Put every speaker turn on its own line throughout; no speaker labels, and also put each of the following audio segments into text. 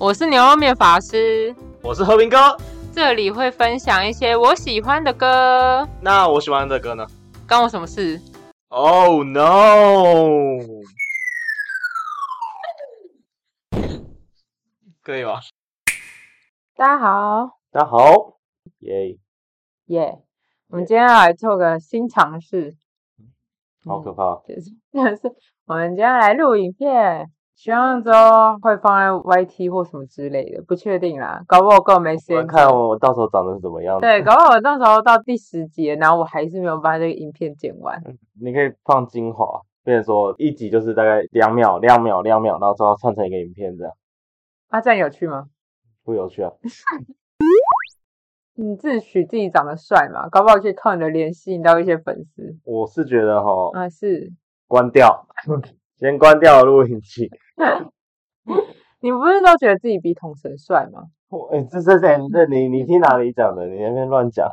我是牛肉面法师，
我是和平哥。
这里会分享一些我喜欢的歌，
那我喜欢的歌呢
关我什么事？
？Oh no！可以吗？
大家好，
大家好，耶、
耶、我们今天要来做个新尝试，嗯
好可怕！
就是就是我们今天来录影片，希望之后会放在 YT 或什么之类的，不确定啦，搞不好我根本没时
我
间
们看我到时候长得是怎么样。
对，搞不好我到时候到第十集了，然后我还是没有把这个影片剪完。
你可以放精华，变成说一集就是大概两秒、两秒、两秒，然后之后串成一个影片，这样
啊，这样有趣吗？
不有趣啊？
你嗯自诩自己长得帅嘛，搞不好可以靠你的脸吸引到一些粉丝。
我是觉得 哈，
啊，是
关掉，先关掉录影机。
你不是都觉得自己比统神帅吗？
我哎、这这这这你你听哪里讲的？你那边乱讲，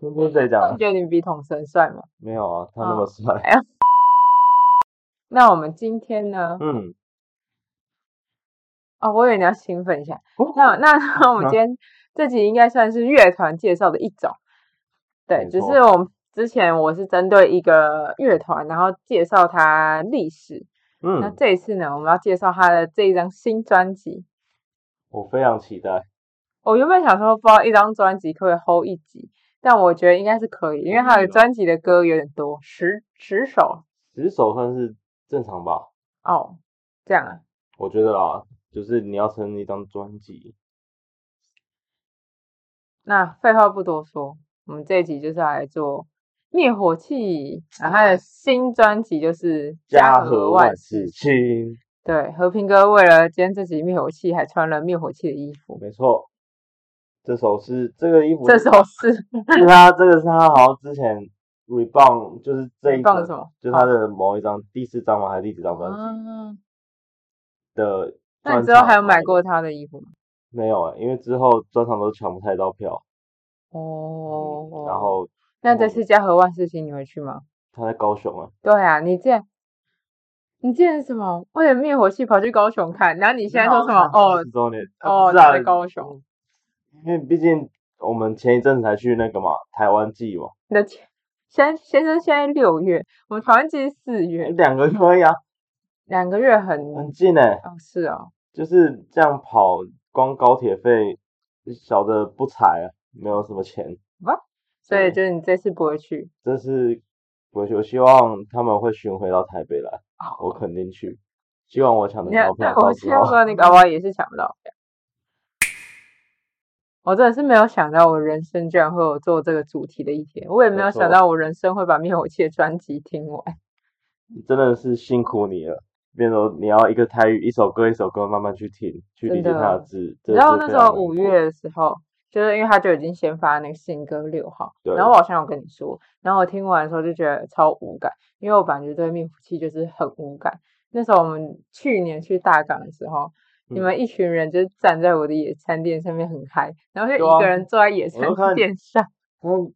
这不是谁讲
你
的？
觉得你比统神帅吗？
没有啊，他那
哦
么帅。
那我们今天呢？
嗯，
哦，我以为你要兴奋一下。
哦
那 那那我们今天这集应该算是乐团介绍的一种，对，
没
只
错
是我们之前我是针对一个乐团，然后介绍它历史。那
嗯，
这一次呢，我们要介绍他的这一张新专辑。
我非常期待。
我原本想说，不知道一张专辑可不可以 hold 一集，但我觉得应该是可以，因为他
可以
的
吧
专辑的歌有点多，十十首
十首算是正常吧，
哦，这样啊。
我觉得啊，就是你要成一张专辑，
那废话不多说，我们这一集就是要来做灭火器，然后他的新专辑就是《
家和万
事
事》。兴。
对，和平哥为了今天这集灭火器，还穿了灭火器的衣服。
没错，这首是这个衣服，
这首是
是他这个是他好像之前 Rebound 就是 这一
你放了
个
什么？
就是他的某一张第四张吗？还是第几张专辑
嗯，
的？
那你之后还有买？过他的衣服吗？
没有啊、因为之后专场都抢不太到票，
哦，
嗯然后
那这次家和万事兴你会去吗？
他在高雄啊，
对啊，你这你这什么？为了灭火器跑去高雄看，然后你现在说什么？哦
十周年
哦，
是
他
啊嗯
在，高雄，
因为毕竟我们前一阵子才去那个嘛台湾季嘛，
你的天先先生现在六月，我们台湾其实四月，
两个月而已啊，
两个月很
很近哎、
哦是哦，
就是这样跑，光高铁费小的不才啊，没有什么钱，
所以
对
就是你这次不会去
这是我我希望他们会巡回到台北来，啊我肯定去，希望我抢得
你看
到，票，
哦我
到
希
时候
望 你搞不好也是抢不到票。我真的是没有想到，我人生居然会有做这个主题的一天。我也没
没
有想
错
到，我人生会把灭火器的专辑听完。
真的是辛苦你了。变成你要一个台语，一首歌一首歌慢慢去听，去理解
真的
它的字。这
然后
是
那
非
时
常
候
难
五
过
月的时候，就是因为他就已经先发那个新歌六号，
对
然后我好像有跟你说，然后我听完的时候就觉得超无感，因为我本来就对灭火器就是很无感。那时候我们去年去大港的时候，你
嗯
们一群人就是站在我的野餐垫上面很嗨，然后就
对
一
啊
个人坐在野
我都
餐
看
垫上，
然后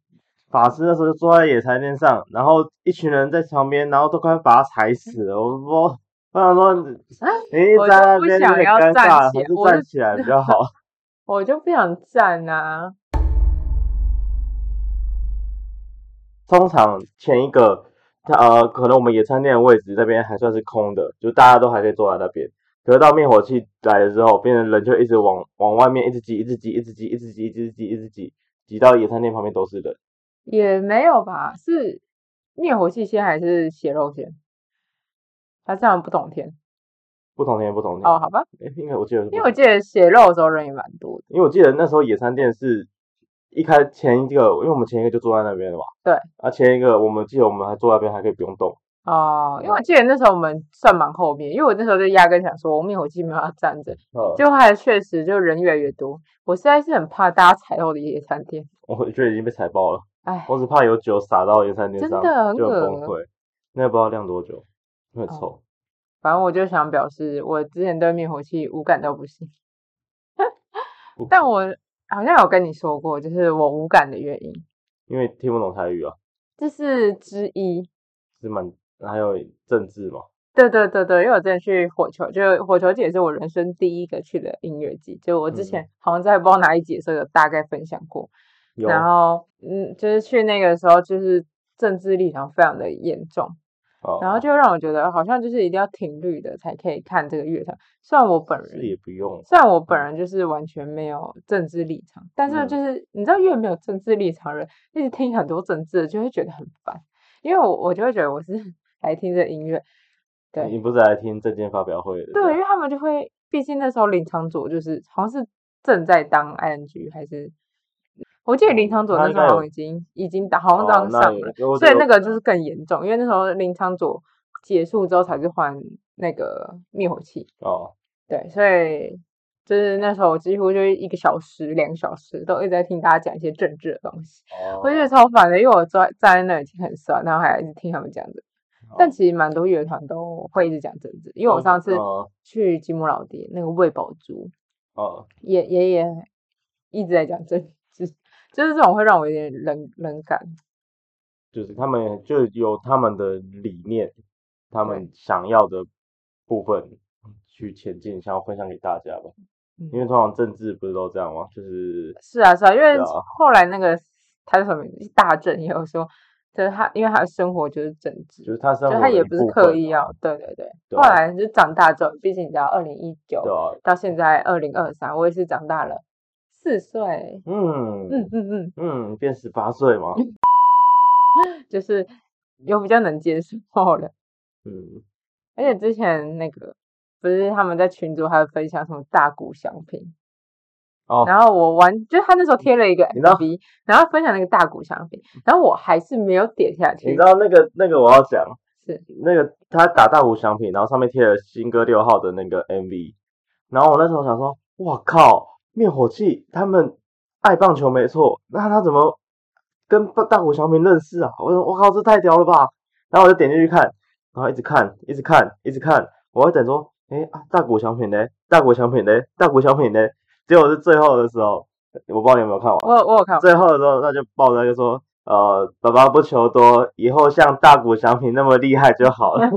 法师那时候就坐在野餐垫上，然后一群人在旁边，然后都快把他踩死了。我说，我 想说，你你
啊我就
站在那
不
边有
想
点
要站
尴尬，
起来
还
我就
是站起来比较好。
我就不想站啊。
通常前一个，他呃，可能我们野餐垫的位置这边还算是空的，就大家都还可以坐在那边。可是到灭火器来了之后，变成人就一直往往外面一直挤，一直挤，一直挤，一直挤，一直挤，一直挤，挤到野餐垫旁边都是人。
也没有吧，是灭火器先还是血肉先？还是他们不同天？
不同天，不同天。
哦，好吧，
诶应该我记得是不
因为我记得血肉的时候人也蛮多的。
因为我记得那时候野餐店是一开前一个，因为我们前一个就坐在那边了嘛。
对。
啊，前一个我们记得我们还坐在那边还可以不用动。
哦，因为我记得那时候我们算蛮后面，因为我那时候就压根想说，我灭火器没有要站着，
呃，
就后来确实就人越来越多，我实在是很怕大家踩到我的野餐垫，
我觉得已经被踩爆了，
哎，
我只怕有酒洒到野餐店
真
上
的很
就很
恶哦
崩溃。那不知道晾多久，会很臭。
反正我就想表示，我之前对灭火器无感到不行，
不
但我好像有跟你说过，就是我无感的原因，
因为听不懂台语啊，
这是之一，
是蛮还有政治嘛，
对对对对，因为我之前去火球，就是火球节也是我人生第一个去的音乐季，就我之前好像在不知道哪一节的时候有大概分享过，
有
然后嗯，就是去那个时候就是政治立场非常的严重，
哦
然后就让我觉得好像就是一定要挺绿的才可以看这个乐团，虽然我本
是
人
也不用，
虽然我本人就是完全没有政治立场，但是
嗯
就是、你知道，越没有政治立场的人，一直听很多政治的，就会觉得很烦。因为我我就会觉得我是 来听这音乐，对
你不是来听证件发表会的？
对，因为他们就会，毕竟那时候林长佐就是好像是正在当 ING 还是，我记得林长佐
哦他
那
应
时候
该
好
有
像已经已经打好像
哦
当
那
上
也
了，
我
所以
觉
那
得
个就是更严重，因为那时候林长佐结束之后才是换那个灭火器。
哦，
对，所以就是那时候我几乎就是一个小时、两个小时都一直在听大家讲一些政治的东西，我觉得
哦
超烦的，因为我坐在站在那里听很酸，然后还一直听他们讲的。但
哦
其实蛮多乐团都会一直讲政治，因为我
哦
上次
哦
去吉姆老爹那个喂饱猪，
哦，
也也也一直在讲政治，就是这种会让我有点冷冷感。
就是他们就有他们的理念，他们想要的部分去前进，想要分享给大家吧。因为
嗯，
通常政治不是都这样吗？就是
是啊是啊，因为
对啊
后来那个他叫什么名字大正也有说，就是他因为他的生活就是政治
就，是他生
就
活
他
的
也
一
不是
部
刻
分
意
啊，
要，对对对。
对
后
啊
来就长大之后，毕竟你知道，二零一
对
九
啊，
到现在二零二三，我也是长大了四岁。嗯
嗯
嗯
嗯，变十八岁嘛，
嗯，就是有比较能接受了。
嗯，
而且之前那个不是他们在群组还有分享什么大鼓响品，
哦，
然后我玩，就是他那时候贴了一个
你知道嗯
FB，然后分享那个大鼓响品，然后我还是没有点下
你
去
知。道那个那个我要讲，
是，
那个他打大鼓响品，然后上面贴了新歌六号的那个 MV，然后我那时候想说，哇靠，灭火器他们爱棒球没错，那他怎么跟大鼓响品认识啊？我说我靠，这太屌了吧！然后我就点进去看，然后一直看，一直看，一直看，我在等说，哎啊，大鼓响品呢？大鼓响品呢？大鼓响品呢？结果是最后的时候，我不知道你有没有看完。
我有我有看过，
最后的时候，他就抱着就说：“呃，爸爸不求多，以后像大谷翔平那么厉害就好了。”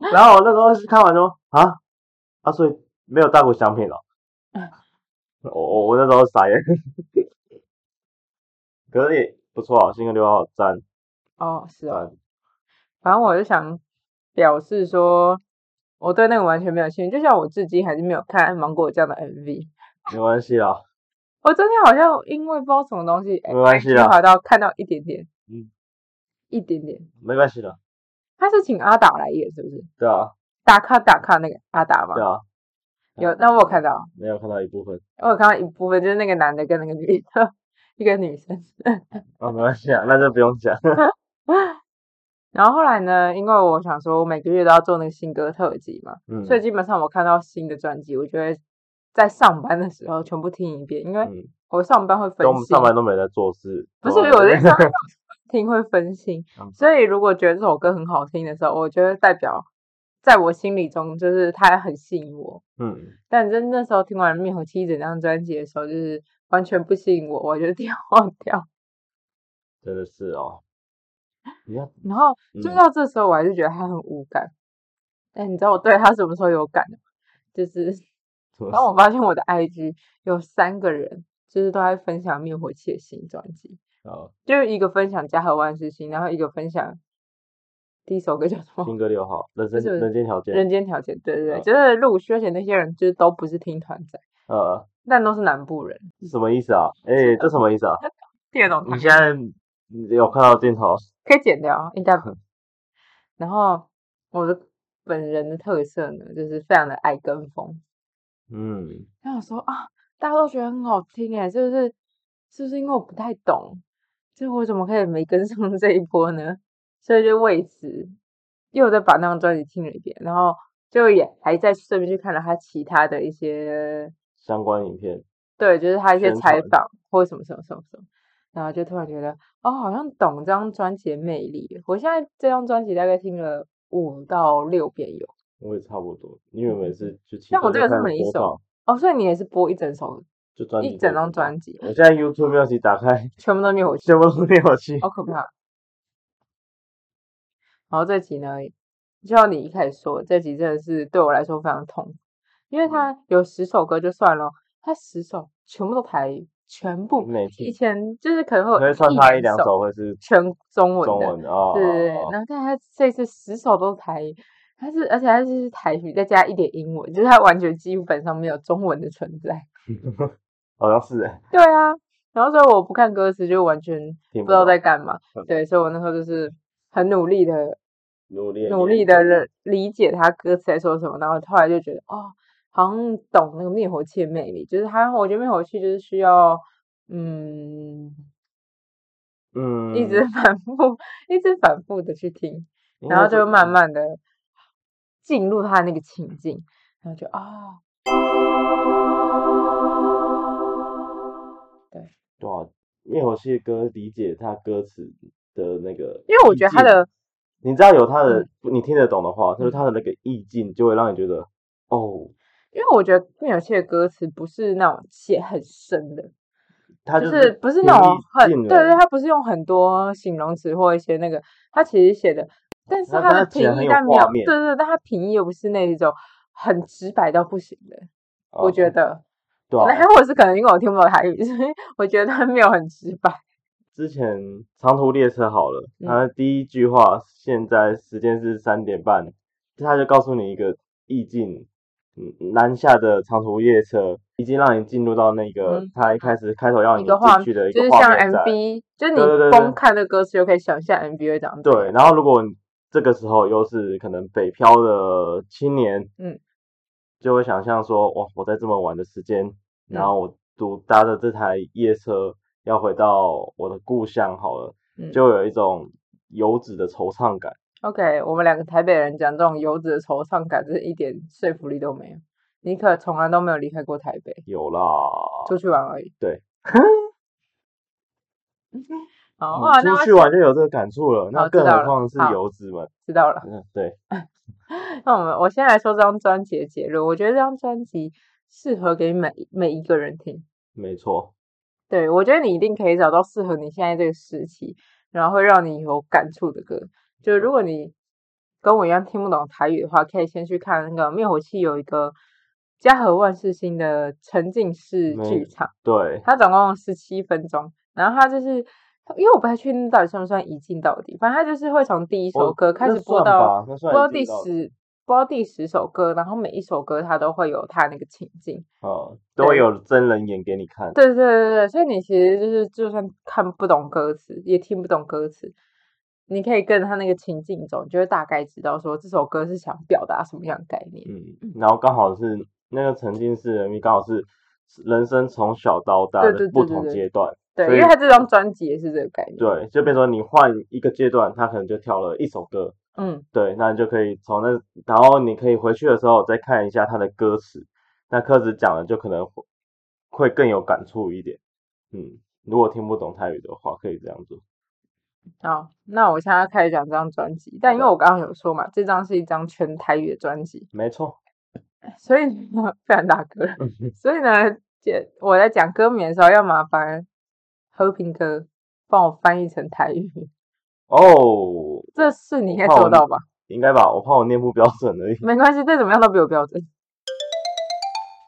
然后我那时候是看完说：“啊啊，所以没有大谷翔平了。”
嗯
我我我那时候傻眼， 可是也不错啊，新歌六号赞
哦，是哦。
赞，
反正我就想表示说，我对那个完全没有兴趣，就像我至今还是没有看芒果酱的 MV。
没关系啦，
我昨天好像因为不知道什么东西，哎
没关系啦
滑到看到一点点，
嗯，
一点点。
没关系啦，
他是请阿达来演，是不是？
对啊
打卡打卡那个阿达嘛
对，啊，
有，那我有看到，
没有看到一部分
我有看到一部分，就是那个男的跟那个女的， 一个女生。
啊，没关系啊，那就不用讲，
然后后来呢，因为我想说，我每个月都要做那个新歌特辑嘛，
嗯
所以基本上我看到新的专辑，我就会在上班的时候全部听一遍，因为
嗯，
我上班会分
跟我们
心。
上班都没在做事，
不是
对啊
我的意思， 听会分心
嗯，
所以如果觉得这首歌很好听的时候，我觉得代表在我心里中就是它很吸引我。
嗯，
但真那时候听完《灭火器》整张专辑的时候，就是完全不吸引我，我就 跳掉。
真的是哦，
啊
你看。
然后就
嗯
到这时候，我还是觉得他很无感。但你知道我对他什么时候有感的吗？就是
什么
当 我发现我的 IG 有三个人，就是都在分享《灭火器》的新专辑，
哦，
就是一个分享《家和万事兴》，然后一个分享第一首歌叫什么
新歌六号，人
哦是
生人间条
《
件，
人间条件》。对对对，
嗯
就是陆续，而且那些人就是都不是听团仔，
呃，
但都是南部人，
是什么意思啊？哎、这什么意思啊？
听得懂
你
团
现在有看到镜头？
可以剪掉啊，应该不。然后我的本人的特色呢，就是非常的爱跟风。
嗯，
然后我说啊，大家都觉得很好听哎，是不是？是不是因为我不太懂？就我怎么可以没跟上 这一波呢？所以就为此又再把那张专辑听了一遍，然后就也还在顺便去看了他其他的一些，
相关影片，
对，就是他一些
宣
采
传
访或什么什么什么什么，然后就突然觉得哦，好像懂这张专辑的魅力了。我现在这张专辑大概听了五到六遍有
我也差不多，因为每次就
嗯
其
那我
中
这个是
就开始
每一
播
首
放，
哦，所以你也是播一整首、
就专辑
一整
播
张
放
专辑，
我现在 YouTube Music 打开，
全部都灭火器。哦
全部都没有去。
好可怕。然后这集呢，就像你一开始说，这集真的是对我来说非常痛苦，因
嗯
为它有十首歌就算了，它十首全部都台语，全部
没听
以前就是可能会
可
有
会穿插一两
首
首会是
全中文
中
的，
文的哦。
对对对
哦，哦
然后但他这次十首都是台语，他是而且他是台语再加一点英文，就是他完全基本上没有中文的存在。
好像是哎，
对啊，然后所以我不看歌词就完全
听
不知道
懂
在干嘛
嗯。
对，所以我那时候就是很努力的
努力
努力
研
的
究
理解他歌词在说什么，然后后来就觉得哦，好像懂那个灭火器的魅力，就是他，我觉得灭火器就是需要嗯
嗯，
一直反复，一直反复的去听。
应
然后
该
就是慢慢的进入他那个情境，然后就啊、
对啊，灭火器的歌理解他歌词的那个，
因为我觉得他的，嗯
你知道有他的，你听得懂的话，就是他的那个意境就会让你觉得哦，
因为我觉得灭火器的歌词不是那种写很深的，
他
就是不是那
平易
种很
近
对对，
人
他不是用很多形容词或一些那个，他其实写的，但是
它
他
它
的
写得
平
很
易
有
但没
画
有
面
对对，对但他平易又不是那一种很直白到不行的，我
哦
觉得，
对
可能
啊
还，或者是可能因为我听不懂台语，所以我觉得他没有很直白。
之前长途列车好了，
嗯
他第一句话现在时间是三点半，他就告诉你一个意境。嗯，南下的长途列车已经让你进入到那个
嗯
他一开始开头要
一
你
个画
进去的一
就
个
是
画
像
面在。
MV，就是
对对对
你
对
光看这歌词就可以想象 MV 会长怎样
对，然后如果你这个时候又是可能北漂的青年，
嗯，
就会想象说，哇，我在这么晚的时间，然
嗯
后我独搭着这台夜车要回到我的故乡，好了，
嗯
就有一种游子的惆怅感。
OK，我们两个台北人讲这种游子的惆怅感，真是一点说服力都没有。你可从来都没有离开过台北，
有啦，
出去玩而已。
对，
好
嗯
啊，那
出
我
去玩就有这个感触了，那
好
更
知道
何
了
况是
好
游子们。
知道了。
嗯，对，
那我们我先来说这张专辑的结论，我觉得这张专辑适合给每每一个人听。
没错，
对，我觉得你一定可以找到适合你现在这个时期，然后会让你有感触的歌。就如果你跟我一样听不懂台语的话，可以先去看那个灭火器有一个嘉禾万事兴的沉浸式
没
剧场，
对，
它总共十七分钟，然后它就是因为我不太确定到底算不算一镜到底，反正它就是会从第一首
我
歌开
哦那
始播
算
到
吧那
播
算
到
已经
第
到
十播到第十首歌，然后每一首歌它都会有它那个情境。
呃，都
对
会有真人演给你看。
对对对对，所以你其实就是就算看不懂歌词，也听不懂歌词，你可以跟着他那个情境走，你就会大概知道说这首歌是想表达什么样的概念。
嗯，然后刚好是那个沉浸式人物，刚好是人生从小到大
对
的
对
不
对对
同
对
阶段，
对，
所
因为
以
他这张专辑也是这个概念。，
对，就变成说你换一个阶段，他可能就挑了一首歌，
嗯，
对，那你就可以从那，然后你可以回去的时候再看一下他的歌词，那歌词讲的就可能会会更有感触一点，嗯，如果听不懂泰语的话，可以这样做，
好，那我现在开始讲这张专辑，但因为
好
我刚刚有说嘛，这张是一张全台语的专辑，
没错，
所以呢， 非常打嗝了。
嗯
所以呢，姐我在讲歌名的时候要麻烦和平哥帮我翻译成台语，
哦，
这事你应该
好
做到吧？
应该吧，我怕我念不标准而已，
没关系，再怎么样都比我标准。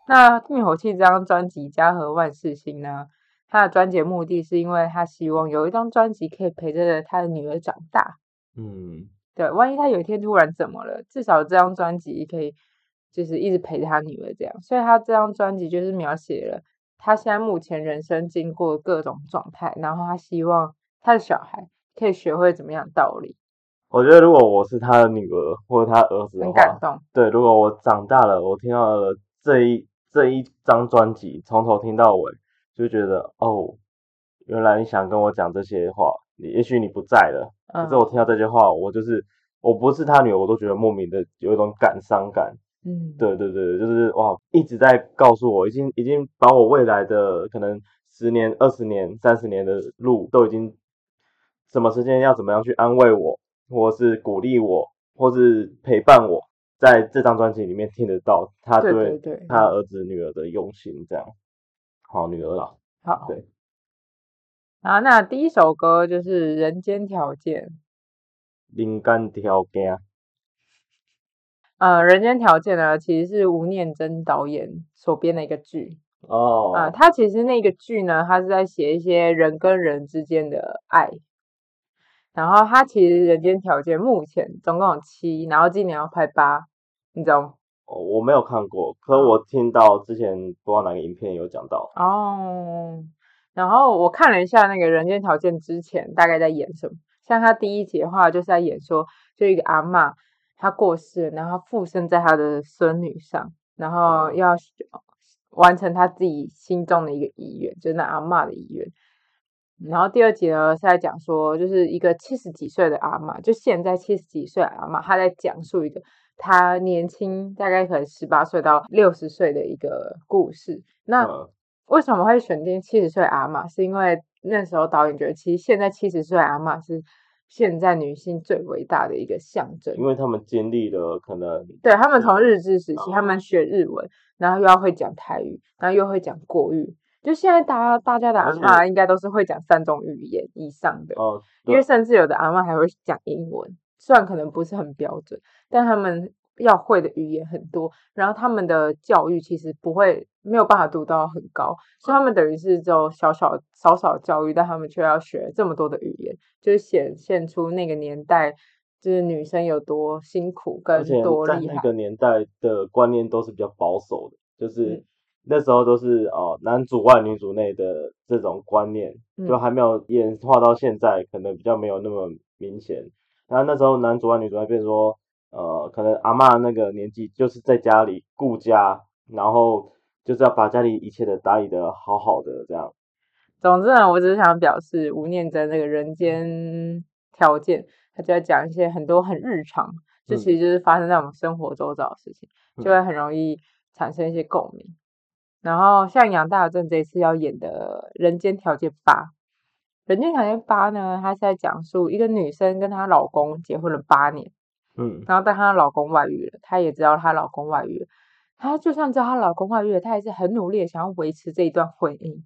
那《灭火器》这张专辑《家和万事兴》呢？他的专辑的目的是因为他希望有一张专辑可以陪着他的女儿长大。
嗯，
对，万一他有一天突然怎么了，至少这张专辑可以就是一直陪着他女儿这样。所以他这张专辑就是描写了他现在目前人生经过各种状态，然后他希望他的小孩可以学会怎么样的道理，
我觉得如果我是他的女儿或者他儿子的
很
话
感。动。
对，如果我长大了，我听到了这一这一张专辑，从头听到尾，就觉得哦，原来你想跟我讲这些话，你也许你不在了，可
嗯
是我听到这些话，我就是我不是他女儿，我都觉得莫名的有一种感伤感。
嗯，
对对对，就是哇，一直在告诉我，已经已经把我未来的可能十年、二十年、三十年的路都已经，什么时间要怎么样去安慰我，或是鼓励我，或是陪伴我，在这张专辑里面听得到他
对
对
对对，
他儿子女儿的用心，这样。好，女儿啦，
好，
对。
啊，那第一首歌就是《人间条件》，
啊灵感条件，
呃，《人间条件》呢，其实是吴念真导演所编的一个剧。
哦，
啊、他其实那个剧呢，他是在写一些人跟人之间的爱。然后他其实《人间条件》目前总共有七，然后今年要拍八，你知道吗？
哦我没有看
啊
过，可我听到之前不知道哪个影片有讲到，
哦，然后我看了一下那个《人间条件》之前大概在演什么，像他第一集的话，就是在演说，就一个阿嬷她过世了，然后她附身在她的孙女上，然后
哦
要完成她自己心中的一个遗愿，就是那阿嬷的遗愿。然后第二集呢是在讲说，就是一个七十几岁的阿嬷，就现在七十几岁的阿嬷，她在讲述一个她年轻，大概可能十八岁到六十岁的一个故事。那、
嗯，
为什么会选定七十岁阿嬷？是因为那时候导演觉得，其实现在七十岁阿嬷是现在女性最伟大的一个象征
因。为他们经历了可能，
对他们从
是
日治时
啊
期，他们学日文，然后又要会讲台语，然后又会讲国语。就现在大家大家的阿
而且
嬷应该都是会讲三种语言以上的，
哦，
因为甚至有的阿嬷还会讲英文，虽然可能不是很标准，但他们要会的语言很多，然后他们的教育其实不会没有办法读到很高，所以他们等于是只有小小少少教育，但他们却要学这么多的语言，就是显现出那个年代就是女生有多辛苦跟
而且
多
在
厉害
那。个年代的观念都是比较保守的，就是、
嗯
那时候都是哦男主外女主内的这种观念，就
嗯
还没有演化到现在，可能比较没有那么明显。然后那时候男主外女主内，变成说呃，可能阿嬷那个年纪就是在家里顾家，然后就是要把家里一切的打理的好好的这样。
总之呢，我只是想表示吴念真那个人间条件，他就在讲一些很多很日常，这
嗯
其实就是发生在我们生活周遭的事情，就会很容易产生一些共鸣。然后像杨大正这一次要演的《人间条件八》，《人间条件八》呢，它是在讲述一个女生跟她老公结婚了八年，
嗯，
然后但她老公外遇了，她也知道她老公外遇了，她就算知道她老公外遇了，她也是很努力的想要维持这一段婚姻，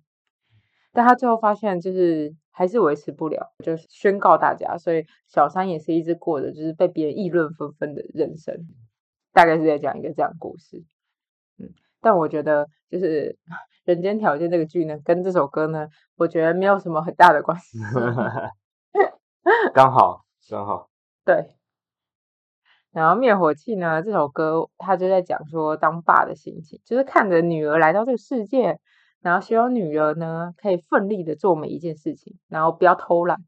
但她最后发现就是还是维持不了，就是宣告大家，所以小三也是一直过着就是被别人议论纷纷的人生，大概是在讲一个这样的故事，嗯，但我觉得就是《人间条件》这个剧呢，跟这首歌呢，我觉得没有什么很大的关系，
刚好刚好，
对。然后《灭火器》呢，这首歌它就在讲说当爸的心情，就是看着女儿来到这个世界，然后希望女儿呢可以奋力的做每一件事情，然后不要偷懒。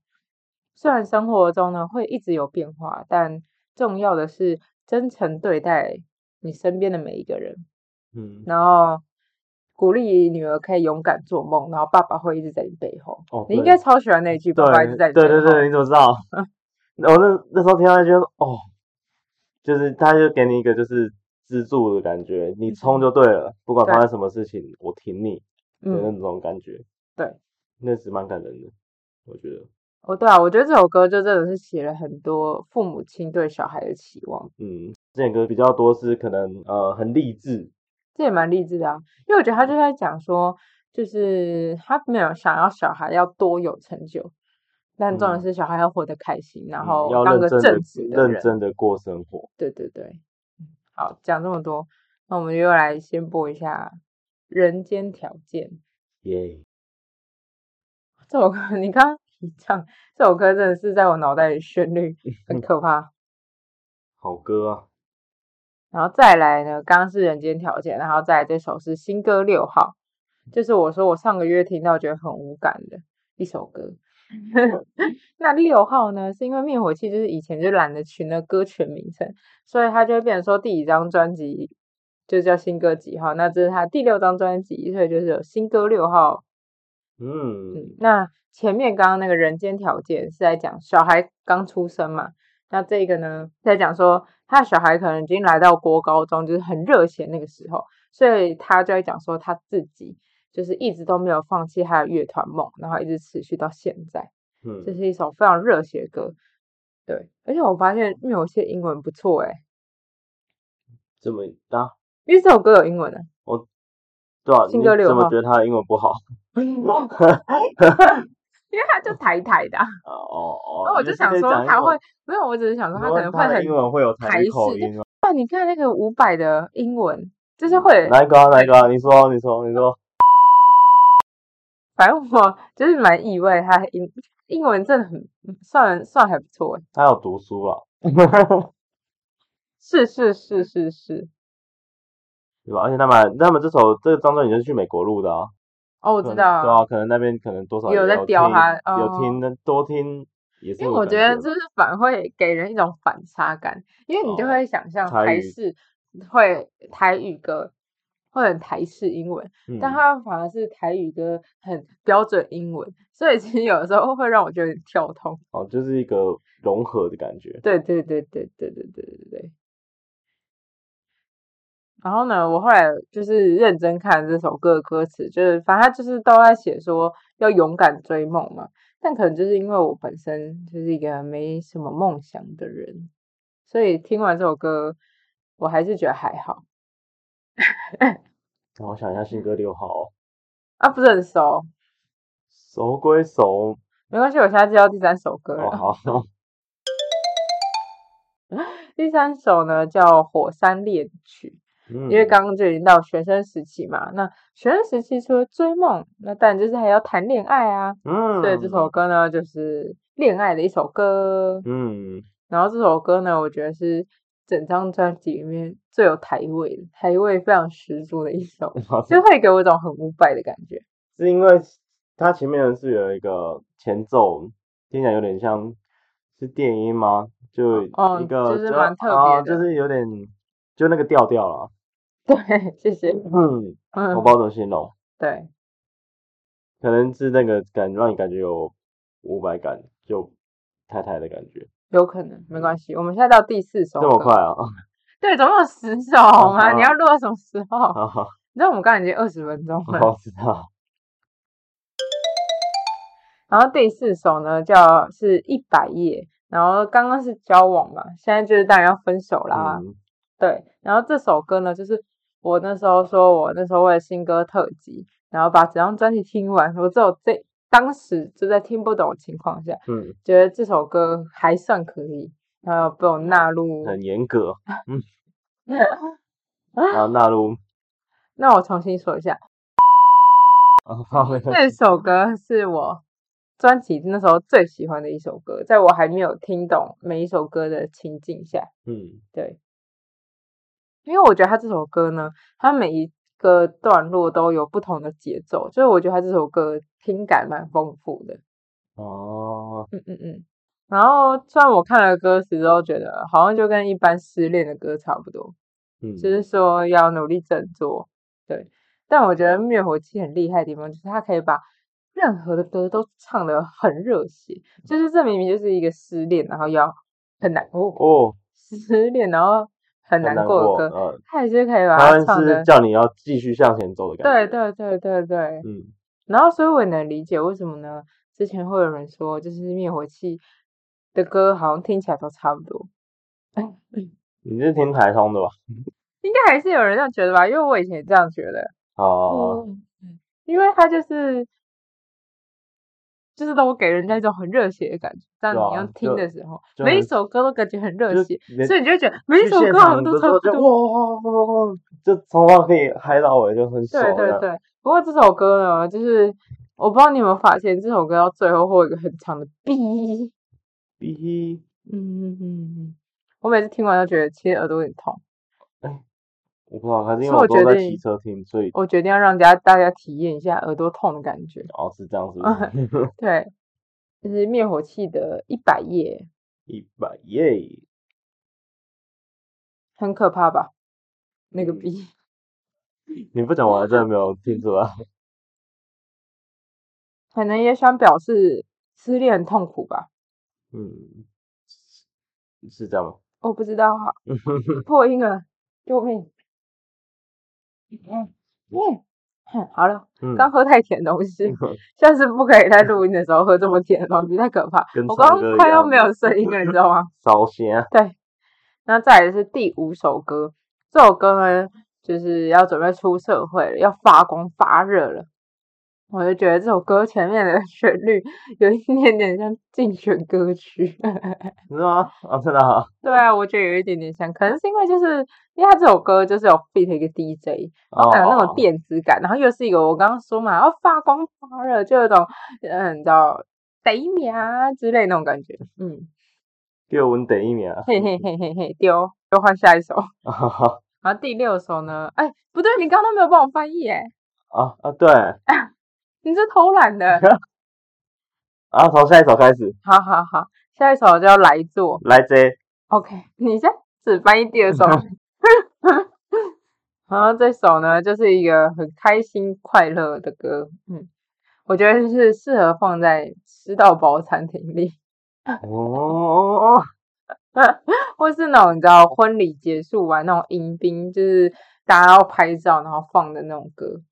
虽然生活中呢会一直有变化，但重要的是真诚对待你身边的每一个人，
嗯，
然后鼓励女儿可以勇敢做梦，然后爸爸会一直在你背后。
哦，
你应
对
该超喜欢那一句“爸爸一直在
对
你背后”。
对对对，你怎么知道？ 我那那时候听到就觉得哦，就是他就给你一个就是支柱的感觉，你冲就对了，不管
对
发生什么事情，我挺你的
嗯，
那种感觉。
对，
那是蛮感人的，我觉得，
哦，对啊，我觉得这首歌就真的是写了很多父母亲对小孩的期望，
嗯，这首歌比较多是可能呃很励志，
这也蛮励志的啊。因为我觉得他就在讲说，就是他没有想要小孩要多有成就，但重点
嗯
是小孩要活得开心，然
嗯
后
要
当
认
个
真
正直
的
的
认
人。
真的过生活。
对对对，好，讲这么多，那我们又来先播一下《人间条件》
耶，
这首歌。你刚刚一唱这首歌，真的是在我脑袋里旋律很可怕。
好歌啊，
然后再来呢，刚刚是《人间条件》，然后再来这首是新歌六号，就是我说我上个月听到觉得很无感的一首歌。 那六号呢，是因为灭火器就是以前就懒得取那歌曲名称，所以它就会变成说第几张专辑就叫新歌几号，那这是它第六张专辑，所以就是有新歌六号。
嗯
嗯，那前面刚刚那个人间条件是在讲小孩刚出生嘛，那这个呢在讲说他的小孩可能已经来到国高中，就是很热血那个时候，所以他就在讲说他自己就是一直都没有放弃他的乐团梦，然后一直持续到现在，这
嗯，
是一首非常热血的歌。对，而且我发现灭火器的英文不错诶、
这么啊，
因为这首歌有英文的、
对啊，
新
你
歌六
怎么
号
觉得他的英文不 好？
因为他就台台的啊、
哦哦，
然后我
你
就是想
在
说
讲英
他会，
文
没有，我只是想说他
如
可
果
能
他
会
的
很
英文会有台
台
语口
式
音吗？
然你看那个伍佰的英文，就是会，
哪一个啊？哪一个啊？你说，你说，你说，
反正我就是蛮意外，他英英文真的很算算还不错诶。
他有读书 啊，
是是是是是，
对吧？而且他们他们这首这个张专辑就是去美国录的啊，
哦，我
可
知
能
道，
对啊，可能那边可能多少
有
也
在
听
雕他
有
哦
听的多听也是
因为
有
我
感
觉
觉的，
得就是反而会给人一种反差感，因为你就
哦
会想象
台
台
语
式会台语歌会很台式英文，但
嗯
它反而是台语歌很标准英文，所以其实有的时候会让我觉得很跳痛。
哦，就是一个融合的感觉。
对对对对对对对对对。然后呢，我后来就是认真看这首歌的歌词，就是反正他就是都在写说要勇敢追梦嘛。但可能就是因为我本身就是一个没什么梦想的人，所以听完这首歌，我还是觉得还好
让我想一下，新歌六号哦，
啊，不是很熟，
熟归熟，
没关系，我现在就到第三首歌
哦
了。
好，
第三首呢叫《火山恋曲》。
嗯，
因为刚刚就已经到学生时期嘛，那学生时期除了追梦，那当然就是还要谈恋爱啊。
嗯，
所以这首歌呢，就是恋爱的一首歌。
嗯，，
然后这首歌呢，我觉得是整张专辑里面最有台味的，台味非常十足的一首
好
就会给我一种很五百的感觉。
是因为它前面是有一个前奏，听起来有点像是电音吗？就
哦
一个
就是
就
蛮特别
啊，
的
就是有点就那个调调啦。
对，谢谢。
嗯，
嗯
我不知道怎么形容，
对，
可能是那个感让你感觉有五百感，就太太的感觉，
有可能，没关系。我们现在到第四首
这
歌，
么快啊？
对，总共有十首嘛，你
好啊
要录到什么时候？
哈哈，
你知道我们刚才已经二十分钟 了。
我知 道，
然后第四首呢叫是一百页，然后刚刚是交往嘛，现在就是当然要分手啦。
嗯，
对，然后这首歌呢，就是我那时候说我那时候为了新歌特辑，然后把整张专辑听完，我只有这当时就在听不懂的情况下，
嗯，
觉得这首歌还算可以，然后被我纳入。
很严格，
嗯
然后纳入，
那我重新说一下，
啊哈哈
这首歌是我专辑那时候最喜欢的一首歌，在我还没有听懂每一首歌的情境下，
嗯，
对，因为我觉得他这首歌呢，他每一个段落都有不同的节奏，所以我觉得他这首歌听感蛮丰富的。
哦，
嗯嗯嗯。然后虽然我看了歌词之后，觉得好像就跟一般失恋的歌差不多，
嗯，
只是说要努力振作。对，但我觉得灭火器很厉害的地方就是他可以把任何的歌都唱得很热血，就是这明明就是一个失恋，然后要很难过，
哦，
失恋然后很
很
难
难
过的
过，
歌，
嗯，
他也是可以把
他
它
们
唱
是
的，
叫你要继续向前走的感
对对
觉，
对对对。
嗯，
然后，所以我也能理解为什么呢？之前会有人说，就是灭火器的歌好像听起来都差不多，
你是听台通的吧？
应该还是有人这样觉得吧？因为我以前也这样觉得，
哦，
嗯，因为他就是就是都给人家一种很热血的感觉，当
对
你
啊
要听
就
的时候，
就
每一
很
首歌都感觉很热
就
血，
连
所以你就会觉得每一
去
首
现
歌好
场
像都
的时
差不
候就
多。
哇哇哇哇，就从头可以嗨到尾，就很爽
对对
的，
对，不过这首歌呢，就是我不知道你有没有发现，这首歌到最后会有一个很长的 B，
哔，
嗯嗯嗯嗯，我每次听完都觉得其实耳朵有点痛，
我不知道，还是因
所以
为
我
都
决
在
定
骑车听，所以
我决定要让大家大家体验一下耳朵痛的感觉。
哦是这样是 不是？
对，就是灭火器的一百页，
一百耶，
很可怕吧？那个
嗯
B，
你不讲我还真的没有听出来，
可能也想表示失恋很痛苦吧？
嗯，是这样吗？
我不知道 啊，破音了，救命！嗯嗯，哼好了。
嗯，
刚喝太甜的东西，下次不可以在录音的时候喝这么甜的东西，太可怕
跟。
我
唱
刚
歌
刚
一
快要
样
没有声音了，你知道吗？
烧啊仙，
对，那再来是第五首歌，这首歌呢就是要准备出社会了，要发光发热了。我就觉得这首歌前面的旋律有一点点像竞选歌曲。
你知道吗？啊，真的啊，
对啊，我觉得有一点点像，可能是因为就是因为他这首歌就是有 fit 一个 DJ，
哦，
还有哎那种电子感，然后又是一个我刚刚说嘛，然后发光发热，就有一种嗯，你知道得秒啊之类那种感觉，嗯，
给我等一年啊，
嘿 嘿嘿嘿嘿，丢，又换下一首，
啊
然后第六首呢，哎，不对，你刚刚都没有帮我翻译，哎，
啊啊，对，
你是偷懒 的，
啊，从下一首开始，
好好好，下一首叫来做
来 J，
，OK，你先只翻译第 二首。然后这首呢，就是一个很开心快乐的歌，嗯，我觉得就是适合放在吃到饱餐厅里，
哦哦哦，
或是那种你知道婚礼结束完那种迎宾，就是大家要拍照然后放的那种歌，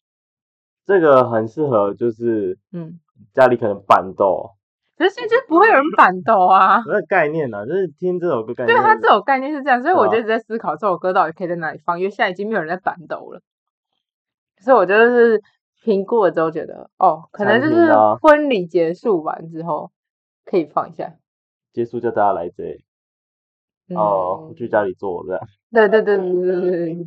这个很适合，就是
嗯，
家里可能伴奏，
可是就是不会有人板豆啊。
那个概念呢、啊，就是听这首歌概
对啊
念，
它这种概念是这样，所以
对
我
啊
就一直在思考这首歌到底可以在哪里放，因为现在已经没有人在板豆了。所以我就是评估了之后觉得，哦，可能就
餐
是
厅啊
婚礼结束完之后可以放一下。
结束叫大家来 J，哦，
嗯
去家里做这样，
对对对对对对对对。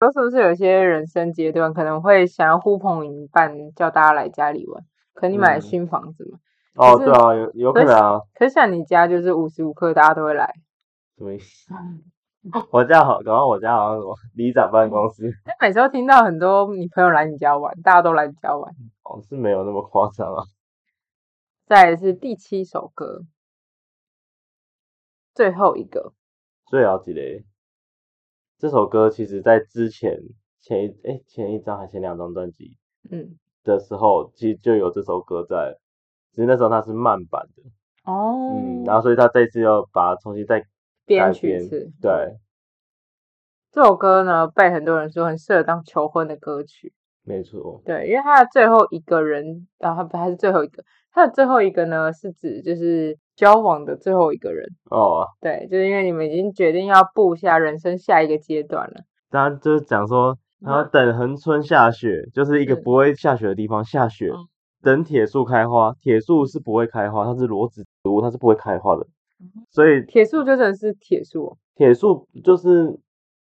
说是不是有些人生阶段可能会想要呼朋引伴，叫大家来家里玩？可能你买了
嗯
新房子嘛，
哦，
可是
对啊，有有可能啊，
可是像你家就是无时无刻大家都会来。
什么意思？我家好，然后我家好像什么里长办公室，
但每次都听到很多你朋友来你家玩，大家都来你家玩。
哦，是没有那么夸张啊，
再来是第七首歌，最后一个，
最了解嘞。这首歌其实在之前前一哎、前一张还前两张专辑
嗯，
的时候，其实就有这首歌在，只是那时候它是慢版的，
哦，
嗯，然后所以他这次又把它重新再
编
嗯改
曲
编
是，
对，
这首歌呢，被很多人说很适合当求婚的歌曲。
没错，
对，因为他的最后一个人，啊，他不还是最后一个，他的最后一个呢是指就是交往的最后一个人，
哦，
对，就是因为你们已经决定要步下人生下一个阶段了，
大家就是讲说，然后
嗯
等恒春下雪，就是一个
嗯
不会下雪的地方下雪，
嗯
等铁树开花，铁树是不会开花，它是裸子植物，它是不会开花的，所以
铁树就真的是铁树、哦，
铁树就是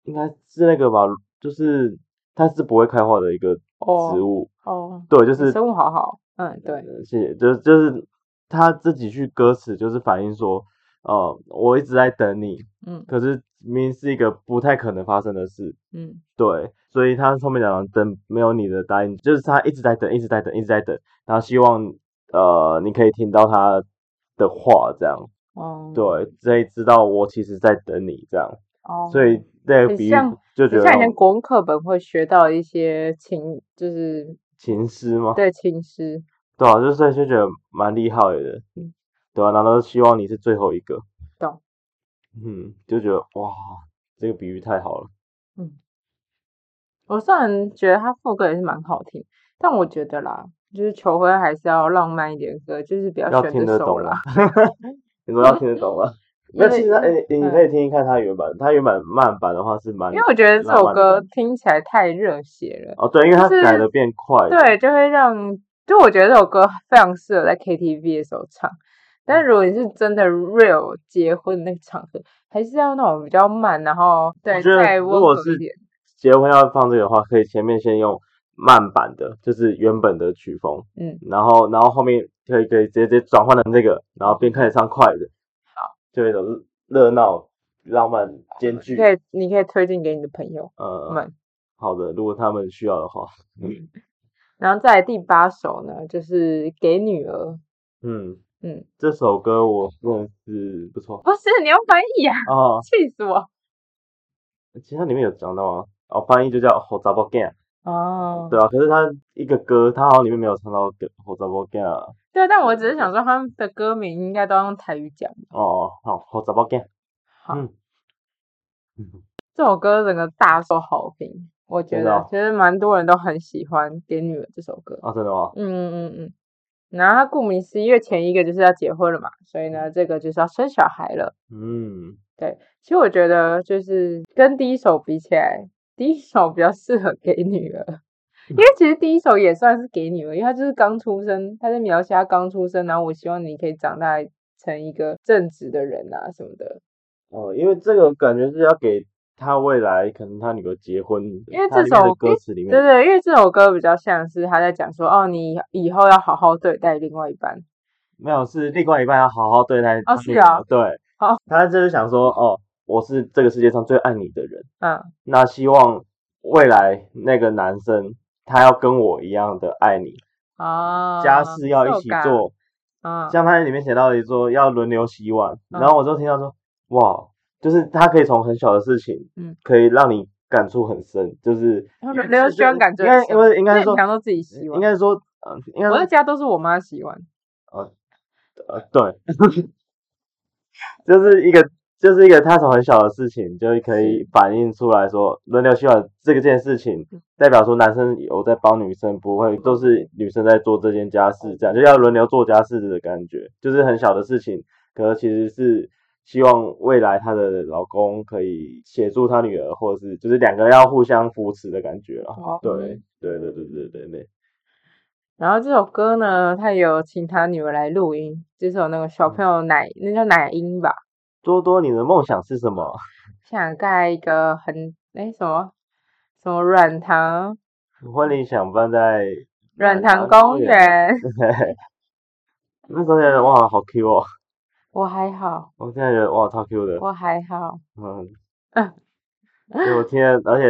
应该是那个吧，就是它是不会开花的一个
哦
植物，
哦，
对，就
你
是
生物好好，嗯，对，
呃谢谢，就是就是他这几句歌词就是反映说，呃，我一直在等你，
嗯
可是明明是一个不太可能发生的事，
嗯
对，所以他后面讲等没有你的答应，就是他一直在等，一直在等，一直在等，然后希望呃你可以听到他的话，这样，
哦，，
对，所以知道我其实在等你这样，
哦，
所以那个
很
比喻
像
就觉
就
得
像以
那
前
种
国文课本会学到一些情，就是
情诗吗？
对情诗，
对啊，就是就觉得蛮厉害的
嗯，
对啊，然后希望你是最后一个，
懂，
嗯，就觉得哇，这个比喻太好了，
我虽然觉得他副歌也是蛮好听，但我觉得啦，就是求婚还是要浪漫一点的歌，就是不
要
选
听
这
得
首
懂
啦
啊。 你说要听得懂吗？
因
那
为
其实它诶、你
嗯
可以听听看它原版，它原版慢版的话是蛮
因为我觉得这
浪
首
漫
歌
的
听起来太热血了，
哦，对，因为它
就是
改的变快，
对，就会让就我觉得这首歌非常适合在 KTV 的时候唱。
嗯
但如果你是真的 real 结婚那个场合，还是要那种比较慢，然后对，
觉得
再
如
温
果
和
是
一点。
结婚要放这个的话，可以前面先用慢版的，就是原本的曲风，
嗯，
然后然后后面可以可以直接直接转换成这个，然后边开始唱快的，
好，
就有一种热闹浪漫兼具，
可以，你可以推荐给你的朋友
呃，
们。
好的，如果他们需要的话，
然后再来第八首呢，就是给女儿。
嗯，
嗯，
这首歌我认的是不错
不是你要翻译啊，
哦，
气死我！
其实它里面有讲到啊，哦，翻译就叫《好杂包 g a n
哦，
对啊，可是它一个歌，它好像里面没有唱到《好杂包 g a n
对，但我只是想说他们的歌名应该都要用台语讲。
哦，好，好杂包 g a n
好，
嗯嗯，
这首歌整个大受好评，我觉
真的
得
哦
其实蛮多人都很喜欢《给女儿》这首歌。
啊，真的吗？
嗯嗯嗯嗯。然后他顾名思义，因为前一个就是要结婚了嘛，所以呢，这个就是要生小孩了。
嗯，
对，其实我觉
嗯
得就是跟第一首比起来，第一首比较适合给女儿，因为其实第一首也算是给你们，因为他就是刚出生，他在描写他刚出生，然后我希望你可以长大成一个正直的人啊什么的。
哦，因为这个感觉是要给他未来可能他女儿结婚，
因为这
他里面的
首
歌词里
对
面，
对，因为这首歌比较像是他在讲说，哦，你以后要好好对待另外一半。
没有是另外一半要好好对待他
是
女儿
啊
对，
好，
他就是想说，哦，我是这个世界上最爱你的人，
嗯，
那希望未来那个男生他要跟我一样的爱你，
啊，
家事要一起
受
做，
感啊，
像他里面写到的说要轮流洗碗，
嗯
然后我就听到说，哇，就是他可以从很小的事情，
嗯，
可以让你感触很深，就是
然后轮流洗碗感觉
应该
很
因为应该
那
说
你常都自己洗
应
碗，
该说，嗯，应该
我在
说
家都是我妈洗碗。
呃对， 就是一个就是一个他从很小的事情就可以反映出来说轮流洗碗这个件事情，代表说男生有在帮女生，不会都是女生在做这件家事，这样就要轮流做家事的感觉，就是很小的事情，可是其实是。希望未来她的老公可以协助她女儿，或者是就是两个要互相扶持的感觉啊。
哦，
对，对对对对对对。
然后这首歌呢，他有请他女儿来录音，就是有那个
嗯
小朋友奶，那叫奶音吧，
多多，你的梦想是什么？
想盖一个很哎什么什么软糖
婚礼想办在
软糖
糖
公
园。
园，
对， 那时候觉得哇，好 Q 哦！
我还好，
我现在觉得哇，超 Q 的，
我还好。
嗯，
嗯
对，我听了，而且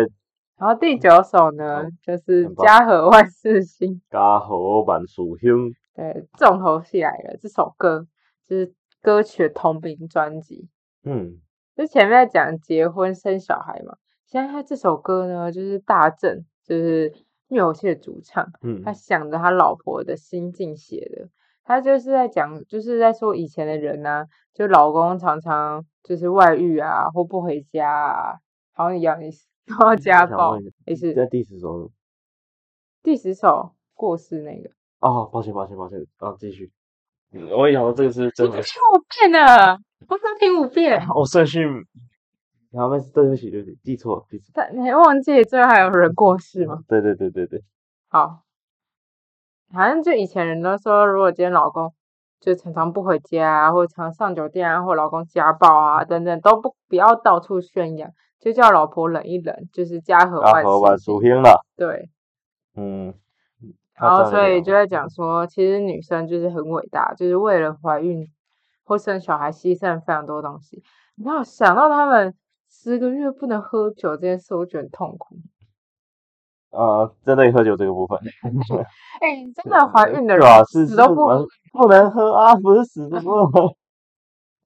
然后第九首呢，
好
就是
很棒
家和万事兴，
家和万事兴，
对，重头戏来了，这首歌就是歌曲的同名专辑，
嗯，
就前面在讲结婚生小孩嘛，现在他这首歌呢，就是大正，就是灭火器的主唱，
嗯
他想着他老婆的心境写的，他就是在讲，就是在说以前的人呢、就老公常常就是外遇啊，或不回家啊，好像一样意思，然后家
嗯想
暴
问一下
也是
在第十首
第十首过世那个，
哦，抱歉，抱歉，抱歉，啊，继续，嗯我也想说这个是真的，
听五遍呢，我只听五遍，
我顺序，然后没事，对不起，对不起，记错，记错，
但你忘记最后还有人过世吗？
对对对对对，
好，好像就以前人都说，如果今天老公就常常不回家啊，或者常上酒店啊，或老公家暴啊等等，都不不要到处宣扬，就叫老婆忍一忍，就是家和
家
万
和万
事
事
兴。
兴了，
对，
嗯，
然
他
后
这样
所以
讲
就在讲说，其实女生就是很伟大，就是为了怀孕或生小孩牺牲非常多东西。然后想到他们十个月不能喝酒这件事，我觉得很痛苦。
呃，针对喝酒这个部分，
哎、真的怀孕的
是
人
吧？啊是
死
是
都
蛮
不喝
不能喝啊，不是死都不能喝，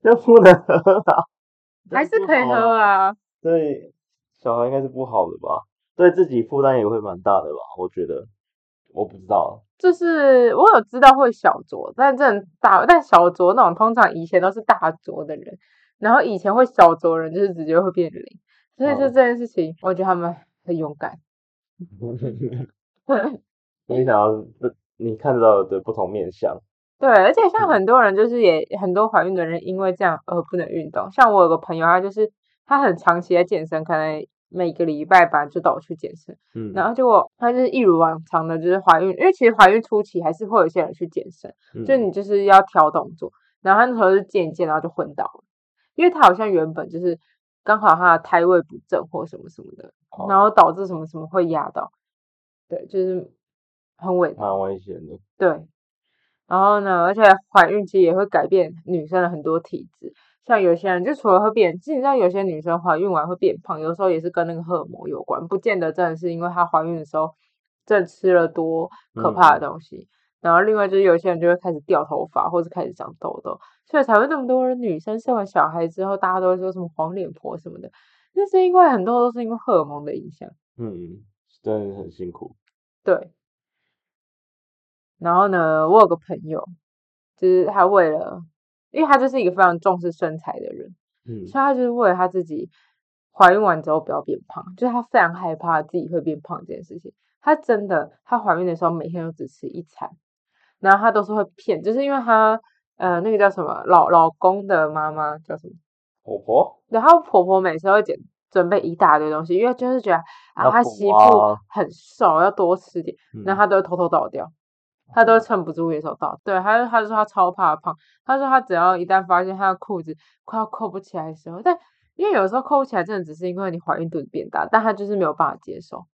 就不能喝啊，
还是可以
这不好
喝
啊。
啊。
对，小孩应该是不好的吧？对自己负担也会蛮大的吧？我觉得，我不知道，
就是我有知道会小酌，但这种大但小酌那种通常以前都是大酌的人，然后以前会小酌的人就是直接会变零，所以就
嗯
这件事情，我觉得他们很勇敢。
没想到这你看到的不同面相，
对，而且像
嗯
很多人就是也很多怀孕的人因为这样而不能运动，像我有个朋友，他就是他很长期在健身，可能每个礼拜吧就带我去健身，
嗯，
然后结果他就是一如往常的，就是怀孕，因为其实怀孕初期还是会有一些人去健身。就
嗯
你就是要调动作。然后他那时候是渐渐，然后就昏倒了，因为他好像原本就是刚好他的胎位不正或什么什么的，
好
然后导致什么什么会压到，对，就是很伟大，
蛮危险的，
对。然后呢，而且怀孕期也会改变女生的很多体质，像有些人就除了会变，其实你知道有些女生怀孕完会变胖，有时候也是跟那个荷尔蒙有关，不见得真的是因为她怀孕的时候正吃了多可怕的东西。然后另外就是有些人就会开始掉头发，或者开始长痘痘，所以才会那么多人女生生完小孩之后，大家都会说什么黄脸婆什么的，那是因为很多都是因为荷尔蒙的影响。
嗯，真的很辛苦，
对。然后呢，我有个朋友，就是他为了，因为他就是一个非常重视身材的人，
嗯
所以他就是为了他自己怀孕完之后不要变胖，就是他非常害怕自己会变胖这件事情。他真的，他怀孕的时候每天都只吃一餐，然后他都是会骗，就是因为他呃那个叫什么老老公的妈妈叫什么，
婆婆，
然后婆婆每次会检准备一大堆东西，因为就是觉得啊，
要
他
补
媳妇
啊
很瘦，要多吃点，
嗯
然后他都会偷偷倒掉，他都会趁不住野手倒。对，他就他就说他超怕胖，他说他只要一旦发现他的裤子快要扣不起来的时候，但因为有时候扣不起来，真的只是因为你怀孕肚子变大，但他就是没有办法接受。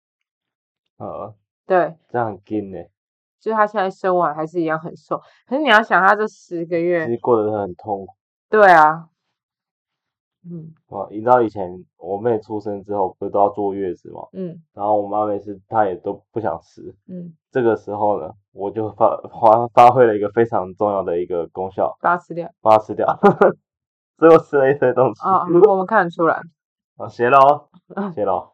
呃，
对，
这样很劲呢，
就是他现在生完还是一样很瘦，可是你要想他这十个
其
月，
实过得很痛苦。
对啊，嗯
哇，你知道以前我妹出生之后不是都要坐月子吗？
嗯
然后我妈每次她也都不想吃。
嗯，
这个时候呢，我就发发发挥了一个非常重要的一个功效，
把它吃掉
把它吃掉。 所以我吃了一堆东西。
啊、我们看得出来。
啊，谢喽，谢喽。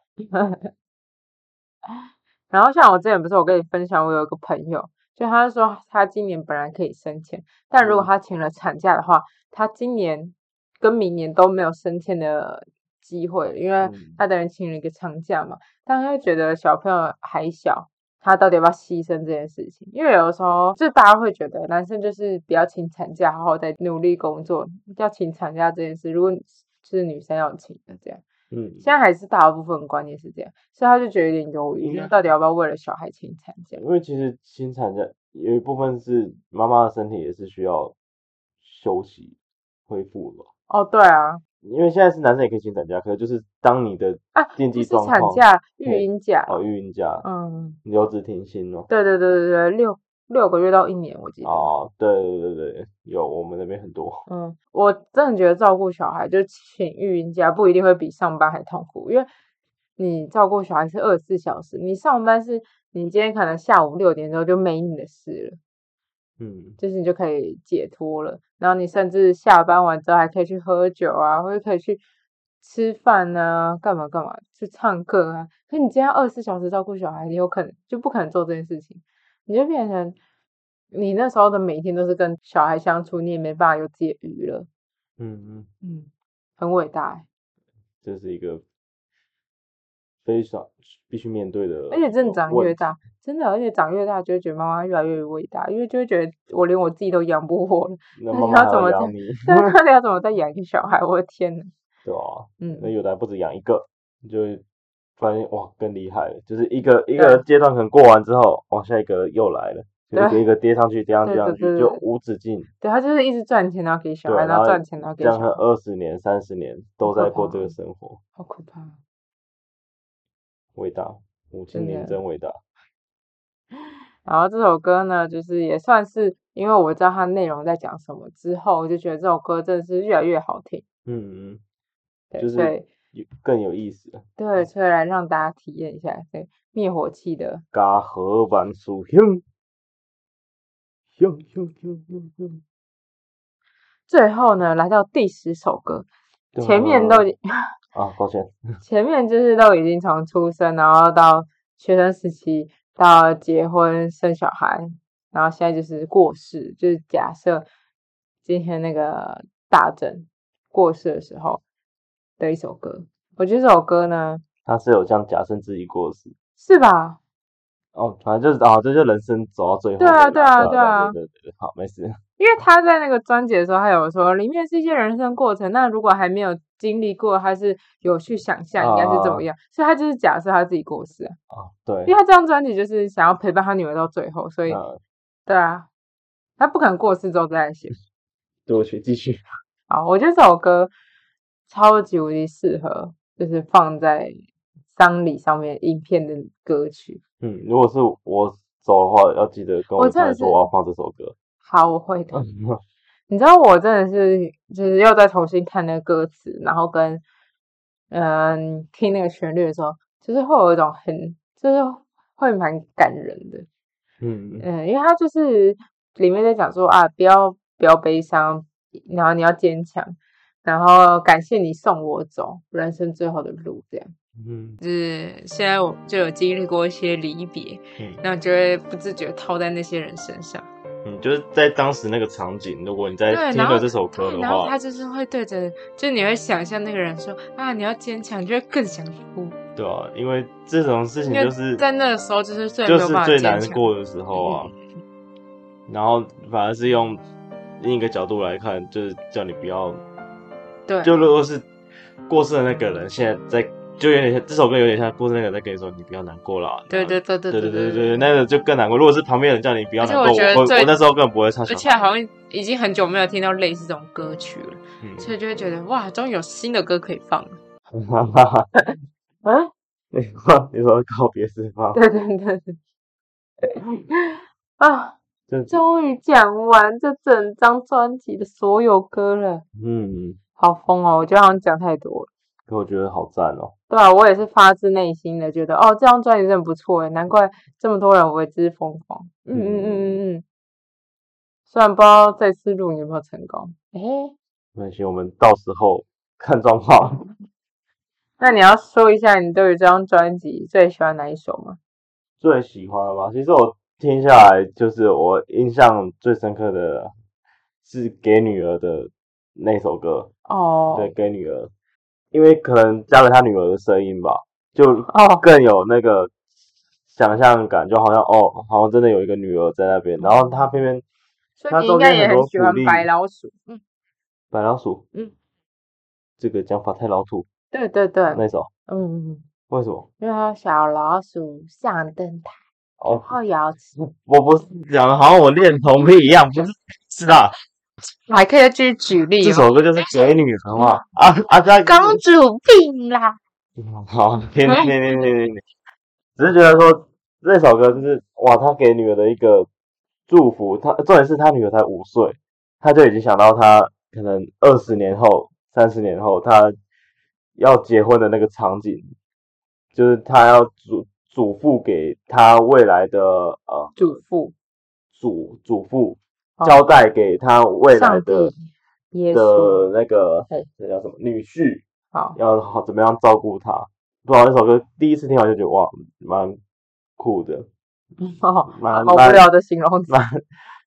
然后像我之前不是我跟你分享，我有一个朋友，就他是说他今年本来可以申请，但如果
嗯
他请了产假的话，他今年跟明年都没有升迁的机会了，因为
嗯
他等于请了一个长假嘛。但他又觉得小朋友还小，他到底要不要牺牲这件事情？因为有的时候就大家会觉得男生就是不要请产假，好好在努力工作，要请产假这件事，如果你就是女生要请的这样。
嗯，
现在还是大部分观念是这样，所以他就觉得有点犹
应
豫，就
该
是到底要不要为了小孩请产假？
因为其实新产假有一部分是妈妈的身体也是需要休息恢复的吧，
哦，对啊，
因为现在是男生也可以请产假，可是就是当你的
啊，
经
不
济
是
状
产
况
假，育
对
婴假，
哦孕假、
嗯，
留职停薪哦。
对对对对对，六六个月到一年，我记得，
哦，对对对对，有我们那边很多，
嗯，我真的觉得照顾小孩就请育婴假不一定会比上班还痛苦，因为你照顾小孩是二十四小时，你上班是你今天可能下午六点之后就没你的事了。
嗯，
就是你就可以解脱了。然后你甚至下班完之后还可以去喝酒啊，或者可以去吃饭啊，干嘛干嘛，去唱歌啊。可你今天二十四小时照顾小孩，你有可能就不可能做这件事情，你就变成你那时候的每一天都是跟小孩相处，你也没办法有自己的娱乐。
嗯嗯，
嗯，很伟大欸、
这是一个非常必须面对的，
而且真的长越，大，真的，而且长越大就会觉得妈妈越来越伟大，因为就会觉得我连我自己都养不活了，
那
那
妈
你
妈
要
还
怎么
养
在
你，
那到底要怎么再养一个小孩？我的天呐，
对吧？
嗯
那，有的还不止养一个，你就会发现哇更厉害了，就是一个一
对
个阶段可能过完之后，哇下一个又来了，就一
对
个一个跌上去，跌上去，
对
跌上
对对
去，
对
就
对
无止境，
对他就是一直赚钱，然后给小
对
孩，然后
然后
赚钱，然后给
这
小
样
孩
他，二十年、三十 年都
可
在过这
怕
个生活，
好可怕啊。
伟大，母亲
真
您
的
真伟大，
然后这首歌呢，就是也算是因为我知道它内容在讲什么之后，我就觉得这首歌真的是越来越好听。
嗯嗯，
对，
就是嗯
所以
有更有意思了，
对，所以来让大家体验一下对灭火器的
嘎河版属性。咻咻咻咻咻
最后呢，来到第十首歌，前面都已经
啊，抱歉，
前面就是都已经从出生，然后到学生时期，到结婚生小孩，然后现在就是过世，就是假设今天那个大正过世的时候的一首歌。我觉得这首歌呢，
他是有这样假设自己过世，
是吧？
哦，反正就是啊，这就人生走到最后
对
面
啊
了。
对啊对啊
对对对，好，没事。
因为他在那个专辑的时候，他有说里面是一些人生过程，那如果还没有经历过，他是有去想象应该是怎么
啊
样，所以他就是假设他自己过世啊，
啊，对
因为，他这张专辑就是想要陪伴他女儿到最后，所以
那
对啊，他不可能过世之后再来写。
对不起，继续。
好，我觉得这首歌超级无敌适合，就是放在丧礼上面影片的歌曲。
嗯，如果是我走的话，要记得跟
我
我
真的
太太说
是
我要放这首歌。 嗯
好，我会的。你知道我真的是就是又再重新看那个歌词，然后跟嗯听那个旋律的时候，就是会有一种很就是会蛮感人的。
嗯，嗯
嗯，因为他就是里面在讲说啊，不要不要悲伤，然后你要坚强，然后感谢你送我走人生最后的路，这样。
嗯
就是现在我就有经历过一些离别，
嗯
那就会不自觉套在那些人身上。
嗯，就是在当时那个场景，如果你
对，
在听
然后
了这首歌
对
的
然后
话
他，就是会对着，就你会想象那个人说啊，你要坚强，你就会更想哭，
对啊，因为这种事情
因为
就是
在那个时候就是最
就
没有
是
办法
最
坚
难
强
过的时候啊，然后反而是用另一个角度来看，就是叫你不要
对，
就如果是过世的那个人现在在，就有点像这首歌有点像过世那个人在跟你说你不要难过了啊。
对对对对
对对对对对，那个就更难过。如果是旁边人叫你不要难过，
而且我觉得
我我
最
那时候根本不会唱小
而
孩。
且好像已经很久没有听到类似这种歌曲了，
嗯
所以就会觉得哇，终于有新的歌可以放了。
哈哈哈，
啊，
你说你说告别四方，
对对对对，啊，
就
终于讲完这整张专辑的所有歌了，
嗯，
好疯哦！我觉得好像讲太多了。
可我觉得好赞哦。
对啊，我也是发自内心的觉得，哦，这张专辑真的不错诶，难怪这么多人为之疯狂。嗯嗯嗯嗯嗯。虽然不知道这次录影有没有成功，诶，
没关系，我们到时候看状况。
那你要说一下你对于这张专辑最喜欢哪一首吗？
最喜欢的吧，其实我听下来，就是我印象最深刻的是给女儿的那首歌，
哦，
对，给女儿，因为可能加了他女儿的声音吧，就
哦，
更有那个想象感，就好像哦，好像真的有一个女儿在那边，然后他偏偏
所
它
以你应
中
该
间
也
很
很
多
喜
鼓
欢
励
白老鼠。嗯，
白老鼠，
嗯，
这个讲法太老土，
对对对，嗯
那首
嗯，嗯
为什么？
因为它有小老鼠上灯台，
哦，
后摇起，
我不是讲的好像我恋童癖一样，不是是啦，
哎
还可以再继续举例
这
哦，
首歌就是给女儿嘛，
嗯
啊啊，这
公主病啦，
好，停停停停停停，只是觉得说这首歌就是哇，他给女儿的一个祝福，他重点是他女儿才五岁，他就已经想到他可能二十年后、三十年后他要结婚的那个场景，就是他要嘱嘱咐给他未来的呃
主妇
祖祖父
哦
交代给他未来
上帝
的
耶
的
稣，哦
那个
对
这叫什么女婿，
好，
要好怎么样照顾他。不知道那首歌第一次听完就觉得哇，蛮酷的，
哦，
蛮
好无
蛮
聊的形容词。
蛮，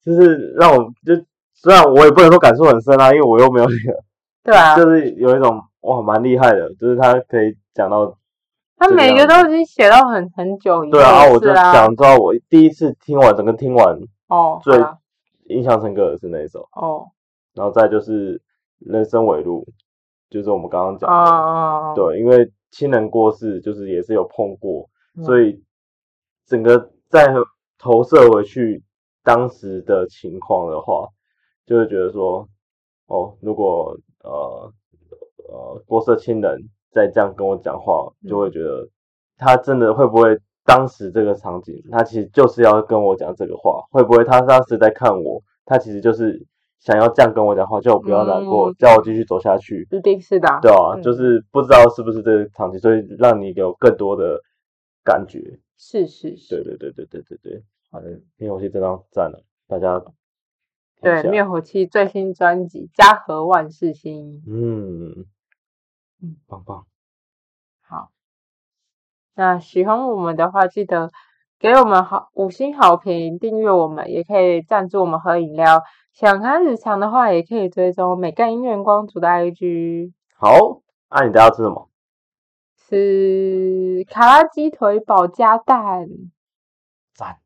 就是让我就虽然我也不能说感触很深啊，因为我又没有女儿，
对啊，
就是有一种哇蛮厉害的，就是他可以讲到
他
这个
每个
样
都已经写到很很久以后
对啊，我就
的事啦。
想知道我第一次听完整个听完
哦，
最
好啦
印象深刻的是那一首，
哦，
然后再就是人生尾路，就是我们刚刚讲的。
啊，
对，因为亲人过世，就是也是有碰过，
嗯
所以整个再投射回去当时的情况的话，就会觉得说，哦，如果呃呃过世的亲人再这样跟我讲话，
嗯
就会觉得他真的会不会当时这个场景，他其实就是要跟我讲这个话，会不会他当时在看我，他其实就是想要这样跟我讲话，叫我不要难过，
嗯
叫我继续走下去。
一定是的啊。
对啊，
嗯
就是不知道是不是这个场景，所以让你有更多的感觉。
是是
对
是，
对对对对对对，好的，灭火器这张赞了，大家看
对
一下
灭火器最新专辑《家和万事兴》。
嗯
嗯，
棒棒，
好，那喜欢我们的话，记得给我们好五星好评，订阅我们，也可以赞助我们喝饮料。想看日常的话，也可以追踪美干音乐光族的 IG，
好，那、你等下吃什么？
是卡拉鸡腿堡加蛋。
赞。